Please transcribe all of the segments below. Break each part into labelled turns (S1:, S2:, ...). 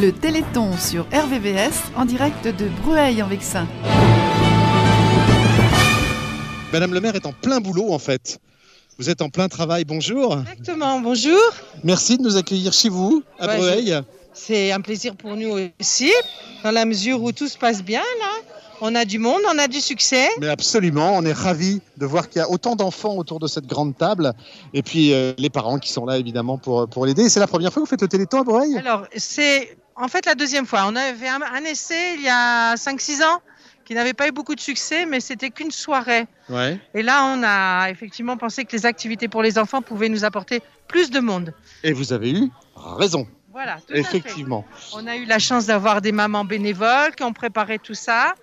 S1: Le Téléthon sur RVVS en direct de Brueil en Vexin.
S2: Madame le maire est en plein boulot en fait. Vous êtes en plein travail, bonjour.
S3: Exactement, bonjour.
S2: Merci de nous accueillir chez vous, à
S3: Ouais,
S2: Breuil.
S3: C'est un plaisir pour nous aussi, dans la mesure où tout se passe bien, là. On a du monde, on a du succès.
S2: Mais absolument, on est ravis de voir qu'il y a autant d'enfants autour de cette grande table. Et puis euh, les parents qui sont là évidemment pour, pour l'aider. Et C'est la première fois que vous faites le téléthon à Breuil
S3: Alors, c'est en fait la deuxième fois. On avait un, un essai il y a 5-6 ans qui n'avait pas eu beaucoup de succès, mais c'était qu'une soirée.
S2: Ouais.
S3: Et là, on a effectivement pensé que les activités pour les enfants pouvaient nous apporter plus de monde.
S2: Et vous avez eu raison,
S3: Voilà, tout à fait.
S2: effectivement.
S3: On a eu la chance d'avoir des mamans bénévoles qui ont préparé tout ça.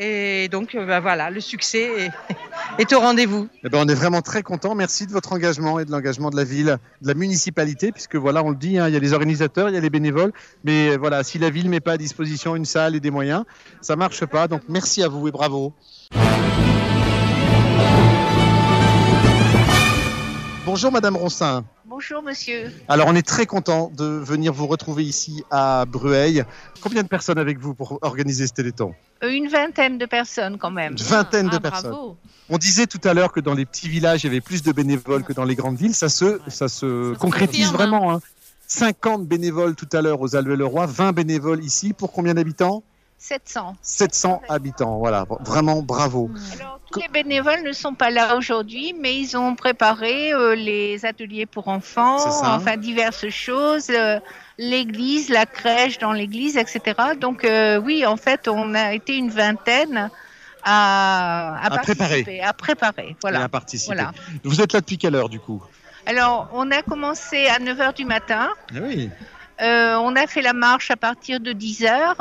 S3: Et donc, euh, bah, voilà, le succès est- est au rendez-vous.
S2: Eh ben, on est vraiment très content. Merci de votre engagement et de l'engagement de la ville, de la municipalité, puisque voilà, on le dit, hein, il y a les organisateurs, il y a les bénévoles, mais euh, voilà, si la ville met pas à disposition une salle et des moyens, ça marche pas. Donc merci à vous et bravo. Bonjour Madame Ronsin.
S4: Bonjour monsieur.
S2: Alors on est très content de venir vous retrouver ici à Brueil. Combien de personnes avec vous pour organiser ce téléthon
S4: Euh, Une vingtaine de personnes quand même.
S2: Une vingtaine de
S5: Ah,
S2: personnes.
S5: Bravo.
S2: On disait tout à l'heure que dans les petits villages, il y avait plus de bénévoles que dans les grandes villes. Ça se, ça se
S5: Ça se
S2: concrétise
S5: confirme, hein.
S2: vraiment. hein. 50 bénévoles tout à l'heure aux Alluets-le-Roi, 20 bénévoles ici. Pour combien d'habitants
S4: 700.
S2: 700 habitants. Voilà, vraiment bravo.
S4: Alors tous les bénévoles ne sont pas là aujourd'hui, mais ils ont préparé euh, les ateliers pour enfants,
S2: C'est ça.
S4: enfin diverses choses, euh, l'église, la crèche dans l'église, etc. Donc euh, oui, en fait, on a été une vingtaine à, à,
S2: À préparer.
S4: participer, à préparer.
S2: Et à
S4: Voilà.
S2: participer.
S4: Voilà.
S2: Vous êtes là depuis quelle heure du coup
S4: Alors, on a commencé à 9h du matin.
S2: Ah Oui.
S4: Euh, on a fait la marche à partir de 10h.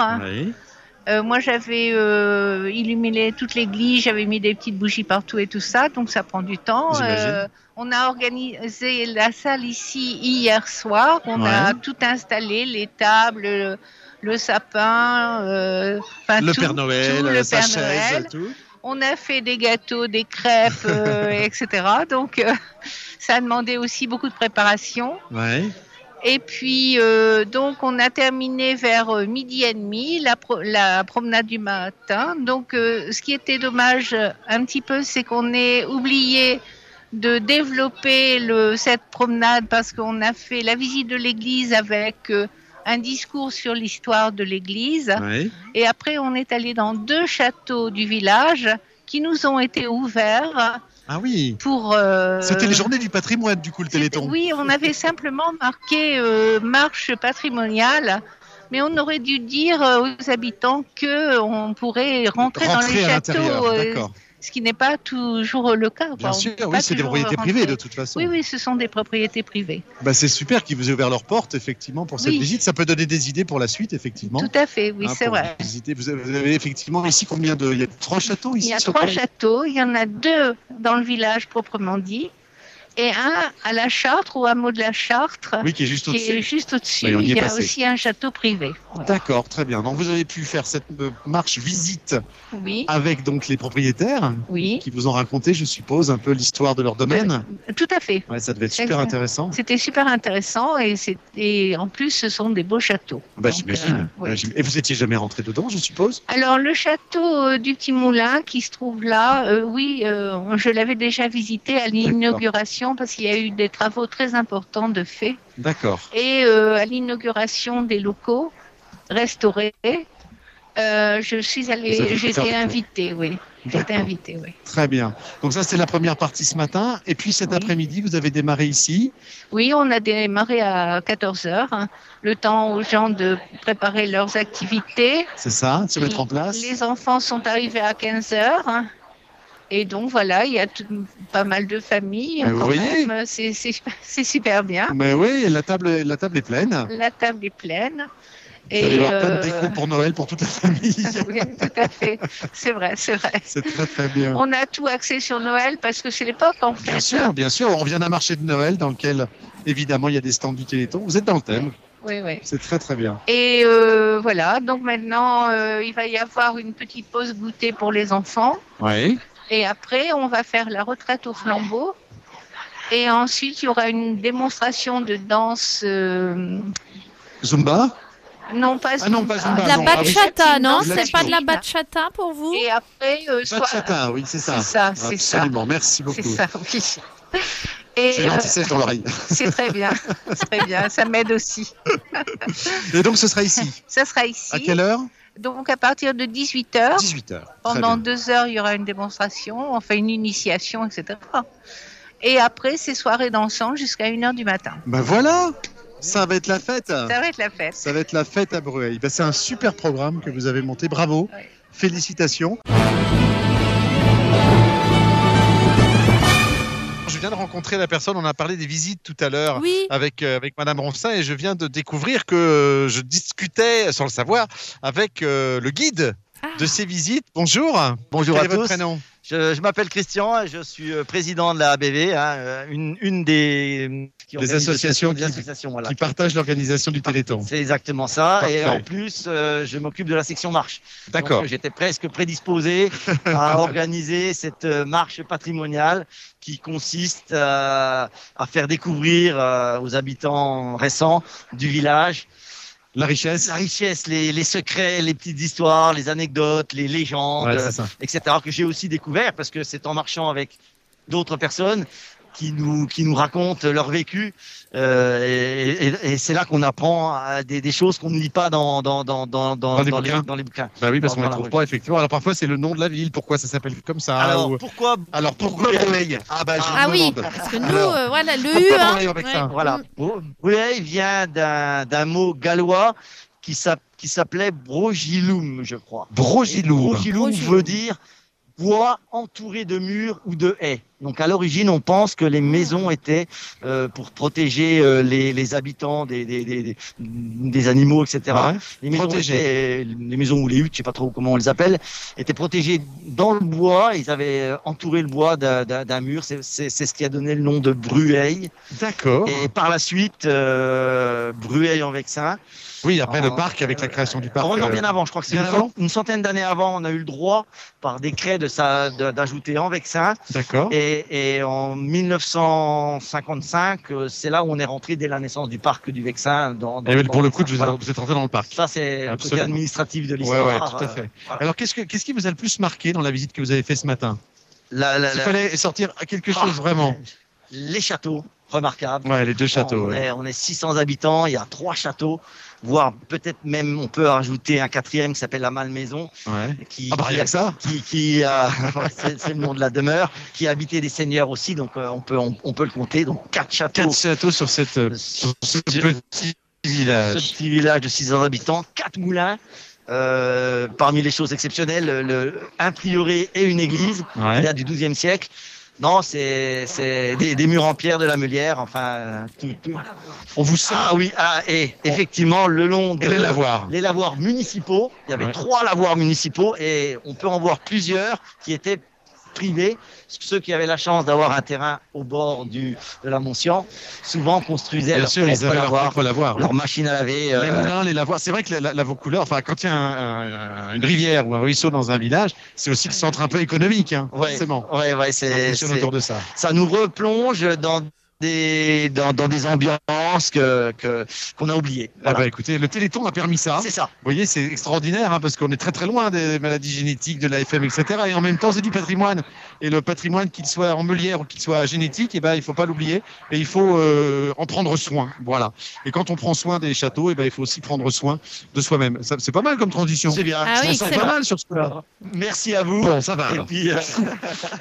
S4: Euh, moi, j'avais euh, illuminé toute l'église, j'avais mis des petites bougies partout et tout ça, donc ça prend du temps.
S2: J'imagine.
S4: Euh, on a organisé la salle ici hier soir, on a tout installé, les tables, le, le sapin, euh, enfin,
S2: Le
S4: tout,
S2: Père Noël, euh,
S4: tout, le
S2: sa
S4: Père
S2: chaise,
S4: Noël.
S2: tout.
S4: On a fait des gâteaux, des crêpes, euh, etc. Donc, euh, ça a demandé aussi beaucoup de préparation.
S2: Ouais.
S4: Et puis, euh, donc, on a terminé vers euh, midi et demi la, pro- la promenade du matin. Donc, euh, ce qui était dommage euh, un petit peu, c'est qu'on ait oublié de développer le, cette promenade parce qu'on a fait la visite de l'église avec euh, un discours sur l'histoire de l'église.
S2: ouais.
S4: Et après, on est allé dans deux châteaux du village qui nous ont été ouverts
S2: Ah oui.
S4: pour... euh,
S2: C'était les journées du patrimoine du coup le
S4: c'était-
S2: téléthon.
S4: Oui, on avait simplement marqué euh, marche patrimoniale, mais on aurait dû dire euh, aux habitants que euh, on pourrait rentrer, dans les
S2: à
S4: châteaux,
S2: l'intérieur.
S4: euh,
S2: D'accord.
S4: ce qui n'est pas toujours le cas. quoi.
S2: Bien
S4: On
S2: sûr,
S4: peut
S2: oui,
S4: pas
S2: c'est des
S4: toujours
S2: propriétés
S4: rentrer.
S2: privées de toute façon.
S4: Oui, oui, ce sont des propriétés privées.
S2: Bah, c'est super qu'ils vous aient ouvert leurs portes, effectivement, pour cette
S4: Oui.
S2: visite. Ça peut donner des idées pour la suite, effectivement.
S4: Tout à fait, oui,
S2: Hein,
S4: c'est
S2: pour
S4: vrai.
S2: visiter. Vous avez, vous avez effectivement ici combien de. Il y a trois châteaux ici
S4: Il y a
S2: sur
S4: trois
S2: Paris
S4: châteaux, il y en a deux dans le village proprement dit, et un à la Chartre ou hameau de la Chartre,
S2: Oui, qui est juste
S4: qui est
S2: au-dessus.
S4: juste au-dessus.
S2: Oui, on y
S4: il
S2: est
S4: y a
S2: passé.
S4: aussi un château privé. Voilà.
S2: D'accord, très bien. Donc vous avez pu faire cette euh, marche visite
S4: Oui,
S2: avec donc les propriétaires
S4: oui,
S2: qui vous ont raconté, je suppose, un peu l'histoire de leur domaine.
S4: tout à fait.
S2: Ouais, ça devait être
S4: C'est
S2: super
S4: ça.
S2: intéressant.
S4: C'était super intéressant et, c'est- et en plus ce sont des beaux châteaux.
S2: Bah,
S4: Donc, euh,
S2: j'imagine.
S4: ouais.
S2: Ouais, j'im- Et vous étiez jamais rentré dedans, je suppose.
S4: Alors le château euh, du Petit Moulin qui se trouve là, euh, oui, euh, je l'avais déjà visité à l'inauguration parce qu'il y a eu des travaux très importants de fait
S2: D'accord.
S4: et euh, à l'inauguration des locaux restaurés. euh, je suis
S2: Vous avez
S4: allée,
S2: fait faire
S4: j'étais
S2: des-
S4: invitée, oui, j'étais
S2: D'accord.
S4: invitée, oui.
S2: Très bien. Donc ça, c'est la première partie ce matin. Et puis cet
S4: Oui.
S2: après-midi, vous avez démarré ici.
S4: Oui, on a démarré à 14 heures, hein, le temps aux gens de préparer leurs activités.
S2: C'est ça, de se mettre en place.
S4: Les enfants sont arrivés à 15 heures. hein. Et donc voilà, il y a tout- pas mal de familles.
S2: Mais vous
S4: quand
S2: voyez.
S4: même. C'est- C'est c'est super bien.
S2: Mais oui, la table, la table est pleine.
S4: La table est pleine.
S2: Vous allez
S4: Et
S2: avoir plein de
S4: euh,
S2: déco pour Noël pour toute la famille.
S4: oui, tout à fait. C'est vrai, c'est vrai.
S2: C'est très très bien.
S4: On a tout axé sur Noël parce que c'est l'époque en
S2: Bien
S4: fait.
S2: sûr, bien sûr. On vient d'un marché de Noël dans lequel, évidemment, il y a des stands du Téléthon. Vous êtes dans le thème.
S4: Oui, oui.
S2: C'est très très bien.
S4: Et euh, voilà, donc maintenant euh, il va y avoir une petite pause goûter pour les enfants.
S2: Oui.
S4: Et après, on va faire la retraite au flambeau. Et ensuite, il y aura une démonstration de danse euh,
S2: Zumba
S4: Non, pas
S2: Ah non, pas Zumba,
S4: Zumba.
S5: De la
S2: non. Ah oui.
S5: bachata, non
S2: La
S5: C'est pas de la
S4: bachata.
S5: bachata pour vous
S4: Et après, euh,
S2: Pas
S4: soit-
S2: de chatin, oui, c'est ça.
S4: c'est ça, c'est ça.
S2: Absolument, merci beaucoup.
S4: C'est ça, oui. Et
S2: J'ai
S4: euh,
S2: l'antisèche dans l'oreille.
S4: c'est très bien, c'est très bien, ça m'aide aussi.
S2: Et donc, ce sera ici.
S4: Ça sera ici.
S2: À quelle heure
S4: Donc à partir de 18h,
S2: 18h.
S4: pendant deux heures, il y aura une démonstration, on fait une initiation, etc. Et après, c'est soirée dansante jusqu'à 1h du matin.
S2: Ben voilà Ça va être la fête
S4: Ça va être la fête.
S2: Ça va être la fête à Brueil. Ben, c'est un super programme que vous avez monté. Bravo.
S4: Ouais.
S2: Félicitations. Je viens de rencontrer la personne, on a parlé des visites tout à l'heure.
S5: Oui.
S2: Avec, euh, avec Madame Ronsin et je viens de découvrir que euh, je discutais, sans le savoir, avec euh, le guide
S5: Ah.
S2: de ces visites. Bonjour.
S6: Bonjour
S2: Quel est
S6: à
S2: votre
S6: tous.
S2: prénom
S6: Je, je m'appelle Christian, je suis euh, président de la ABV, hein, euh, une, une des, euh, qui
S2: Des
S6: organise-
S2: associations
S6: des
S2: qui-
S6: associations, voilà.
S2: Qui partage l'organisation du Téléthon.
S6: C'est exactement ça. Et
S2: Parfait.
S6: en plus, euh, je m'occupe de la section marche.
S2: D'accord.
S6: Donc, euh, J'étais presque prédisposé à organiser cette euh, marche patrimoniale qui consiste euh, à faire découvrir euh, aux habitants récents du village
S2: La richesse
S6: la richesse, les, les secrets, les petites histoires, les anecdotes, les légendes,
S2: Ouais, c'est ça.
S6: etc. que j'ai aussi découvert parce que c'est en marchant avec d'autres personnes qui nous qui nous racontent leur vécu euh, et, et- et c'est là qu'on apprend à des, des choses qu'on ne lit pas dans dans dans dans
S2: Dans les
S6: les,
S2: bouquins.
S6: dans les bouquins.
S2: Bah oui, parce qu'on
S6: Dans
S2: ne
S6: la
S2: trouve
S6: rue.
S2: pas, effectivement. Alors parfois, c'est le nom de la ville, pourquoi ça s'appelle comme ça.
S6: Alors
S2: Ah, ou-
S6: pourquoi
S2: Alors pourquoi Brueil Ah bah je
S6: Ah
S5: Ah
S2: me
S5: oui,
S2: demande.
S7: hein.
S5: parce que nous,
S2: Alors,
S5: euh, voilà, le
S2: pourquoi
S5: U. hein.
S2: Brueil avec
S5: Ouais.
S2: ça
S6: voilà Bru- Brueil vient d'un d'un mot gallois qui s'app- qui s'appelait brogilum je crois.
S2: Brogilou.
S6: Brogilum
S5: Brogilum.
S6: veut dire bois entouré de murs ou de haies. Donc à l'origine, on pense que les maisons étaient euh, pour protéger euh, les, les habitants des, des, des, des- des animaux, etc.
S2: Ouais.
S6: les, maisons
S2: protégées.
S6: étaient- les maisons ou les huttes, je sais pas trop comment on les appelle, étaient protégées dans le bois. Ils avaient euh, entouré le bois d'un- d'un d'un mur. C'est c'est- c'est ce qui a donné le nom de Brueil.
S2: D'accord.
S6: Et par la suite, euh, Brueil en Vexin.
S2: Oui, après le
S6: Oh.
S2: parc, avec la création du parc.
S6: Oh non,
S2: euh,
S6: bien avant, je crois que c'est
S2: bien
S6: une,
S2: avant
S6: cent- une centaine d'années avant, on a eu le droit par décret de sa- de- d'ajouter en vexin.
S2: D'accord.
S6: Et, et en 1955, euh, c'est là où on est rentré dès la naissance du parc du vexin. Dans, dans-
S2: Et oui,
S6: dans
S2: Eh ben, pour le coup,
S6: Vexin.
S2: vous
S6: Voilà.
S2: êtes vous êtes rentré dans le parc.
S6: Ça, c'est un côté
S2: Absolument.
S6: administratif de
S2: Ouais,
S6: l'histoire. Euh,
S2: ouais, tout à fait.
S6: voilà.
S2: Alors, qu'est-ce que- qu'est-ce qui vous a le plus marqué dans la visite que vous avez faite ce matin
S6: La- la-
S2: Il
S6: la-
S2: fallait sortir à quelque
S6: Ah.
S2: chose vraiment.
S6: les châteaux, remarquables.
S2: Ouais, les deux châteaux.
S6: On,
S2: ouais.
S6: est, on est 600 habitants, il y a trois châteaux, voire peut-être même on peut rajouter un quatrième qui s'appelle la Malmaison,
S2: Ouais.
S6: qui,
S2: Ah bah,
S6: qui
S2: rien que ça.
S6: qui, qui a- c'est c'est le nom de la demeure, qui habitait des seigneurs aussi, donc euh, on peut on, on peut le compter, donc quatre châteaux,
S2: Quatre châteaux sur cette euh,
S6: ce
S2: sur ce petit village.
S6: petit village de 600 habitants, quatre moulins. Euh, parmi les choses exceptionnelles, le- le, un prieuré et une église
S2: Ouais.
S6: qui date du 12e siècle. Non, c'est c'est des, des murs en pierre de la Meulière, enfin. euh, tout- tout.
S2: On vous sent.
S6: Ah oui, ah, et effectivement, le long de,
S2: Quel est l'avoir
S6: les lavoirs municipaux. Il y avait
S2: Ouais.
S6: trois lavoirs municipaux et on peut en voir plusieurs qui étaient privés. Ceux qui avaient la chance d'avoir un terrain au bord du, de la Moncian, souvent construisaient
S2: Bien
S6: leur
S2: sûr, ils
S6: propre
S2: avaient leur
S6: lavoir,
S2: propre lavoir.
S6: leur machine à laver. euh,
S2: Les moulins, les lavoirs. C'est vrai que la, la, vos couleurs, enfin, quand il y a un- un- une rivière ou un ruisseau dans un village, c'est aussi le centre un peu économique, hein,
S6: Ouais.
S2: forcément.
S6: ouais, ouais,
S2: On
S6: c'est,
S2: fonctionne
S6: c'est-
S2: autour de ça.
S6: ça nous replonge dans des, dans, dans des ambiances que, que, qu'on a oubliées.
S2: Ah
S6: Voilà.
S2: bah, écoutez, le Téléthon a permis ça.
S6: C'est ça.
S2: Vous voyez, c'est extraordinaire hein, parce qu'on est très très loin des maladies génétiques, de l'AFM, etc. Et en même temps, c'est du patrimoine. Et le patrimoine, qu'il soit en meulière ou qu'il soit génétique, eh ben, il faut pas l'oublier et il faut euh, en prendre soin. Voilà. Et quand on prend soin des châteaux, eh ben, il faut aussi prendre soin de soi-même. Ça, C'est pas mal comme transition.
S6: C'est bien.
S5: Ah oui,
S2: On sort
S5: excellent.
S2: pas mal sur ce coup-là.
S6: Merci à vous.
S2: Bon, ça va.
S6: Et
S2: alors.
S6: puis, euh,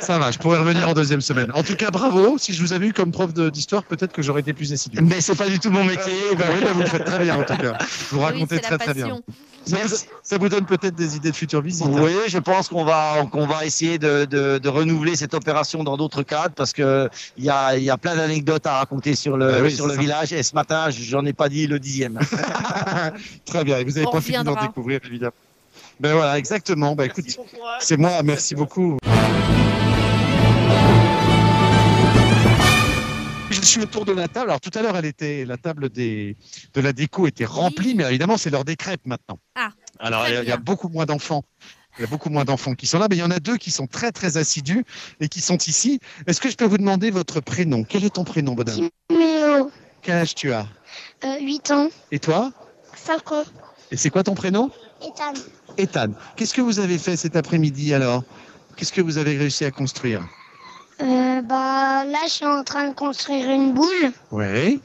S2: Ça va, je pourrais revenir en deuxième semaine. En tout cas, bravo. Si je vous avais eu comme prof de- d'histoire, peut-être que j'aurais été plus assidu.
S6: mais c'est pas du tout mon métier.
S2: Eh ben oui, là, vous le faites très bien en tout cas. Vous
S5: Oui,
S2: racontez
S5: c'est
S2: très
S5: la
S2: très bien.
S5: passion.
S2: Ça vous, ça vous donne peut-être des idées de futures visites. hein.
S6: Oui, je pense qu'on va qu'on va essayer de, de, de renouveler cette opération dans d'autres cadres parce que il y a il y a plein d'anecdotes à raconter sur le
S2: Ah oui,
S6: sur
S2: c'est
S6: le
S2: ça.
S6: village et ce matin j'en ai pas dit le dixième.
S2: Très bien. Et vous avez
S5: On
S2: pas fini d'en
S5: reviendra.
S2: découvrir, évidemment. Ben voilà, exactement. Ben écoute, c'est moi. Merci beaucoup. Je suis autour de la table. Alors tout à l'heure, elle était la table des de la déco était remplie, mais évidemment, c'est l'heure des crêpes maintenant.
S5: Ah,
S2: Alors
S5: très
S2: il y a- il y a
S5: bien.
S2: beaucoup moins d'enfants. Il y a beaucoup moins d'enfants qui sont là, mais il y en a deux qui sont très très assidus et qui sont ici. Est-ce que je peux vous demander votre prénom Quel est ton prénom, Bodin
S7: Méo,
S5: euh,
S2: Quel âge tu as
S7: 8 ans,
S2: Et toi
S7: 5 ans,
S2: Et c'est quoi ton prénom
S5: Ethan,
S2: Ethan. Qu'est-ce que vous avez fait cet après-midi alors Qu'est-ce que vous avez réussi à construire
S5: euh, bah, là, je suis en train de construire une boule,
S2: Ouais.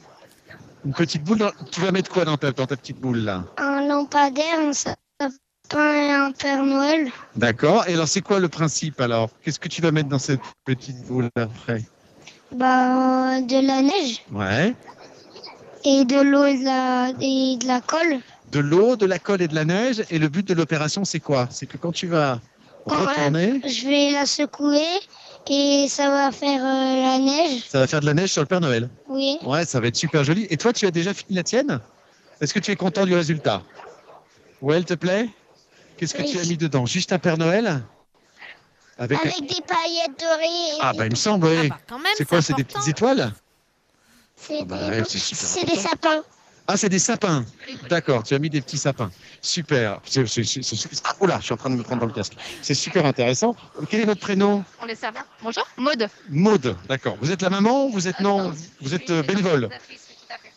S2: Une petite boule. dans- Tu vas mettre quoi dans ta, dans ta petite boule là
S5: un lampadaire, un sapin et un Père Noël.
S2: D'accord. Et alors, c'est quoi le principe alors Qu'est-ce que tu vas mettre dans cette petite boule après
S5: Bah, euh, de la neige
S2: Ouais.
S5: et de l'eau et, de la- et de la colle.
S2: De l'eau, de la colle et de la neige. Et le but de l'opération, c'est quoi C'est que quand tu vas
S5: Ouais.
S2: retourner,
S5: Je vais la secouer et ça va faire euh, la neige.
S2: ça va faire de la neige sur le Père Noël.
S5: Oui,
S2: Ouais, ça va être super joli. Et toi, tu as déjà fini la tienne Est-ce que tu es content du résultat Ouais, elle te plaît Qu'est-ce que
S5: Oui.
S2: tu as mis dedans Juste un Père Noël Avec,
S5: avec des paillettes dorées. et-
S2: Ah, bah, il me semble, oui.
S7: bah, quand même,
S2: c'est quoi C'est des
S7: important.
S2: petites étoiles
S5: c'est
S2: Ah bah
S5: des-
S2: ouais, c'est super
S5: c'est des sapins.
S2: Ah, c'est des sapins. D'accord, tu as mis des petits sapins. Super. C'est- c'est- c'est- c'est- Ah, Oula, je suis en train de me prendre dans le casque. C'est super intéressant. Quel est votre prénom
S8: On les savait. Bonjour, Maude.
S2: Maude, d'accord. Vous êtes la maman ou vous êtes non Vous êtes euh, bénévole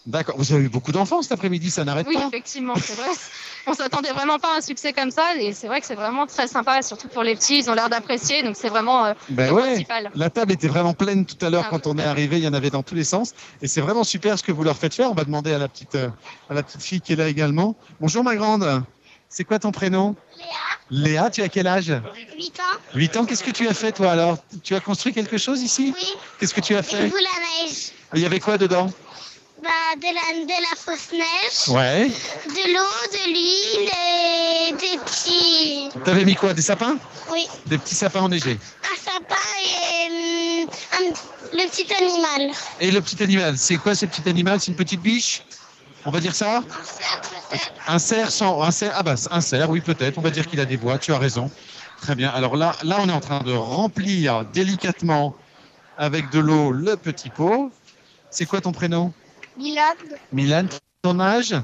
S2: D'accord. Vous avez eu beaucoup d'enfants cet après-midi, ça n'arrête
S8: Oui,
S2: pas.
S8: effectivement, c'est vrai. On s'attendait vraiment pas à un succès comme ça, et c'est vrai que c'est vraiment très sympa, surtout pour les petits, ils ont l'air d'apprécier, donc c'est vraiment euh,
S2: Ben
S8: le
S2: ouais.
S8: principal.
S2: La table était vraiment pleine tout à l'heure
S8: Ah
S2: quand on est arrivé, il y en avait dans tous les sens. Et c'est vraiment super ce que vous leur faites faire. On va demander à la petite, euh, à la petite fille qui est là également. Bonjour ma grande, c'est quoi ton prénom Léa. Léa, tu as quel âge
S5: 8 ans,
S2: 8 ans, qu'est-ce que tu as fait toi alors Tu as construit quelque chose ici
S5: oui,
S2: Qu'est-ce que tu as
S5: des
S2: fait
S5: boules à neige.
S2: Il y avait quoi dedans
S5: Bah, de la, de la fausse neige,
S2: Ouais.
S5: de l'eau, de l'huile et des petits.
S2: T'avais mis quoi Des sapins
S5: Oui,
S2: Des petits sapins enneigés.
S5: un sapin et hum, un- le petit animal.
S2: Et le petit animal, c'est quoi ce petit animal C'est une petite biche On va dire ça Un cerf sans. Un cerf, ah bah, un cerf, oui, peut-être. On va dire qu'il a des bois, tu as raison. Très bien. Alors là, là, on est en train de remplir délicatement avec de l'eau le petit pot. C'est quoi ton prénom
S5: Bilal,
S2: Milan, ton âge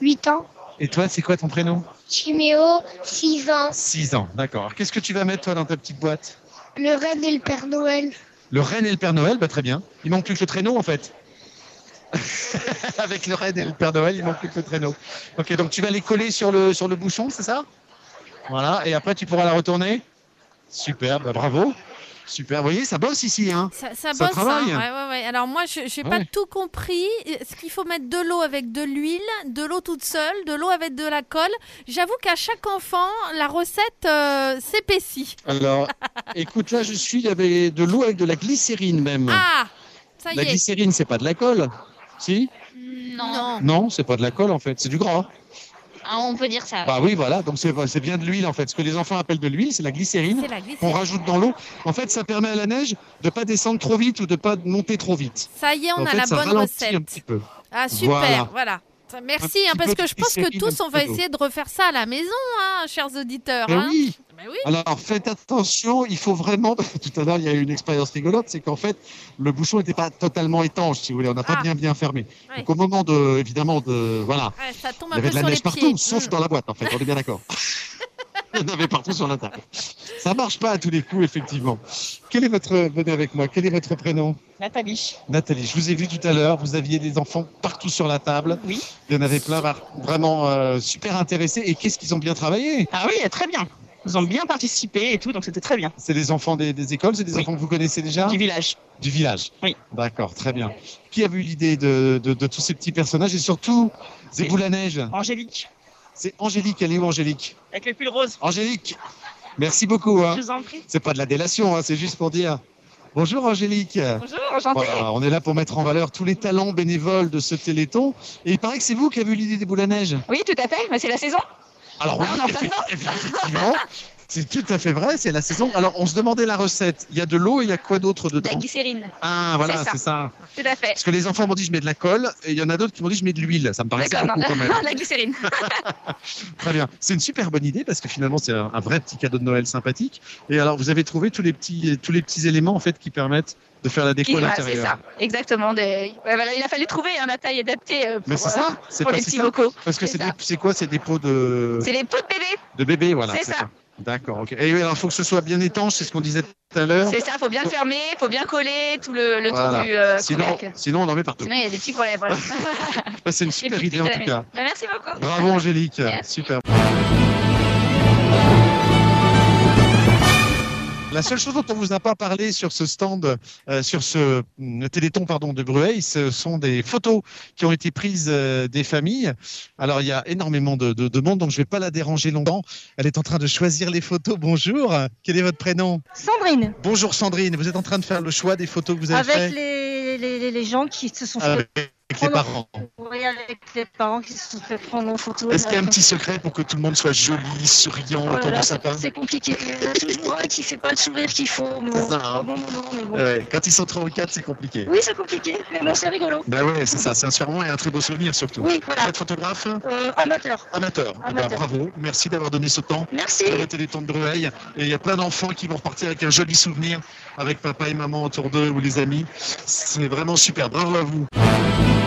S5: 8 ans.
S2: Et toi, c'est quoi ton prénom
S5: Chiméo, 6 ans.
S2: 6 ans, d'accord. Alors, Qu'est-ce que tu vas mettre, toi, dans ta petite boîte
S5: Le reine et le Père Noël.
S2: Le renne et le Père Noël, bah, très bien. Il manque plus que le traîneau, en fait. Avec le renne et le Père Noël, il manque plus que le traîneau. Ok, donc tu vas les coller sur le, sur le bouchon, c'est ça Voilà, et après tu pourras la retourner Super, bah, bravo. Super, vous voyez, ça bosse ici, hein
S7: Ça, ça
S2: Ça
S7: bosse, hein.
S2: travaille. Ah
S7: Ouais, ouais, ouais. Alors moi, je n'ai pas
S2: Ouais.
S7: tout compris. Ce qu'il faut mettre de l'eau avec de l'huile, de l'eau toute seule, de l'eau avec de la colle. J'avoue qu'à chaque enfant, la recette euh, s'épaissit.
S2: Alors, écoute, là, je suis, il y avait de l'eau avec de la glycérine, même.
S7: Ah, ça y
S2: la
S7: est.
S2: glycérine, c'est pas de la colle Si
S8: Non,
S7: Non.
S2: Non, c'est pas de la colle, en fait, c'est du gras.
S8: Ah, on peut dire ça.
S2: Bah oui, voilà, donc c'est c'est bien de l'huile, en fait. Ce que les enfants appellent de l'huile, c'est la glycérine.
S7: C'est la
S2: on
S7: glycérine.
S2: rajoute dans l'eau. En fait, ça permet à la neige de pas descendre trop vite ou de pas monter trop vite.
S7: Ça y est, on
S2: en
S7: a
S2: fait,
S7: la
S2: ça
S7: bonne
S2: ralentit un petit
S7: recette.
S2: peu.
S7: Ah, super,
S2: Voilà.
S7: voilà. Ça- Merci,
S2: Un
S7: hein,
S2: petit
S7: parce
S2: peu
S7: que je
S2: de
S7: pense que
S2: glycérine,
S7: tous,
S2: un
S7: on va
S2: petit peu
S7: essayer de refaire ça à la maison, hein, chers auditeurs.
S2: Mais
S7: hein.
S2: Eh oui.
S7: Mais oui.
S2: Alors faites attention, il faut vraiment. Tout à l'heure, il y a eu une expérience rigolote, c'est qu'en fait, le bouchon n'était pas totalement étanche, si vous voulez, on n'a pas
S7: Ah.
S2: bien bien fermé.
S7: Ouais.
S2: Donc au moment de, évidemment, de voilà,
S7: Ouais, ça tombe
S2: il y
S7: un
S2: avait
S7: peu
S2: de la
S7: sur les
S2: neige
S7: pieds.
S2: partout, sauf
S7: Mm.
S2: dans la boîte, en fait. On est bien d'accord. Il y en avait partout sur la table. Ça marche pas à tous les coups, effectivement. Quel est votre venez avec moi Quel est votre prénom
S3: Nathalie.
S2: Nathalie, je vous ai vu tout à l'heure, vous aviez des enfants partout sur la table.
S3: Oui.
S2: Il y en avait plein var- vraiment euh, super intéressés. Et qu'est-ce qu'ils ont bien travaillé
S3: Ah oui, très bien. Ils ont bien participé et tout, donc c'était très bien.
S2: C'est des enfants des, des écoles, c'est des
S3: Oui.
S2: enfants que vous connaissez déjà
S3: Du village.
S2: Du village.
S3: Oui.
S2: D'accord, très bien. Qui a eu l'idée de, de- de tous ces petits personnages et surtout c'est vous la neige
S3: Angélique,
S2: C'est Angélique, elle est où Angélique
S3: avec le pull rose.
S2: Angélique, merci beaucoup. Hein.
S3: Je vous en prie.
S2: C'est pas de la délation, hein, c'est juste pour dire bonjour Angélique.
S3: Bonjour, enchantée.
S2: Voilà, on est là pour mettre en valeur tous les talents bénévoles de ce Téléthon. Et il paraît que c'est vous qui avez eu l'idée des boules à neige.
S8: Oui, tout à fait, mais c'est la saison.
S2: Alors
S8: Ah
S2: oui, effe- effectivement, c'est tout à fait vrai, c'est la saison. Alors on se demandait la recette. Il y a de l'eau et il y a quoi d'autre
S8: De
S2: dedans
S8: la glycérine,
S2: Ah voilà,
S8: C'est Ben, ça.
S2: c'est ça.
S8: tout à fait.
S2: Parce que les enfants m'ont dit je mets de la colle et il y en a d'autres qui m'ont dit je mets de l'huile. Ça me paraissait
S8: D'accord,
S2: beaucoup
S8: non,
S2: quand même.
S8: Ah, la glycérine.
S2: Très bien. C'est une super bonne idée parce que finalement c'est un un vrai petit cadeau de Noël sympathique. Et alors vous avez trouvé tous les petits tous les petits éléments en fait qui permettent de faire la déco à
S8: Voilà, ah, c'est
S2: l'intérieur.
S8: ça, exactement. de- ouais, voilà, il a fallu trouver hein, la taille adaptée euh, pour,
S2: Mais c'est
S8: euh,
S2: ça, c'est
S8: pour
S2: pas
S8: les
S2: c'est
S8: petits
S2: ça.
S8: locaux.
S2: Parce que
S8: c'est
S2: c'est
S8: ça.
S2: des- c'est quoi C'est des pots de
S8: C'est les pots de bébé.
S2: de bébé, voilà.
S8: C'est ça.
S2: D'accord, ok. Et alors, il faut que ce soit bien étanche, c'est ce qu'on disait tout à l'heure.
S8: C'est ça, faut bien le fermer, faut bien coller tout le, le
S2: Voilà.
S8: trou du euh,
S2: Sinon,
S8: cognac.
S2: sinon, on en met partout.
S8: Sinon, il y a des petits problèmes. voilà.
S2: Ouais, C'est une super
S8: puis,
S2: idée en tout cas.
S8: Ben, merci beaucoup.
S2: Bravo Angélique,
S8: Merci.
S2: super. La seule chose dont on vous a pas parlé sur ce stand, euh, sur ce mm, téléthon pardon de Brueil, ce sont des photos qui ont été prises euh, des familles. Alors il y a énormément de, de, de monde, donc je vais pas la déranger longtemps. Elle est en train de choisir les photos. Bonjour, quel est votre prénom
S9: Sandrine,
S2: Bonjour Sandrine, vous êtes en train de faire le choix des photos que vous avez
S9: avec
S2: faites
S9: les, les, les- les gens qui se sont fait,
S2: avec les parents.
S9: oui, avec les parents qui se sont fait prendre en photo.
S2: Est-ce qu'il y a un petit secret pour que tout le monde soit joli, souriant autour
S9: Voilà,
S2: du sapin
S9: C'est compliqué. Il y en a toujours moi qui fait pas le sourire qu'il faut. Mon,
S2: ça, hein.
S9: mon moment, mais bon.
S2: Ouais, quand ils sont trois ou quatre, c'est compliqué.
S9: Oui, c'est compliqué, mais bon, c'est rigolo.
S2: Ben ouais, c'est ça, c'est un surnom et un très beau souvenir surtout.
S9: Oui,
S2: Vous
S9: voilà.
S2: êtes photographe
S9: Euh, amateur.
S2: amateur. Eh ben,
S9: Amateur.
S2: bravo, merci d'avoir donné ce temps
S9: Merci.
S2: sur le téléthon de Brueil. Et il y a plein d'enfants qui vont repartir avec un joli souvenir avec papa et maman autour d'eux ou les amis. C'est vraiment super, bravo à vous.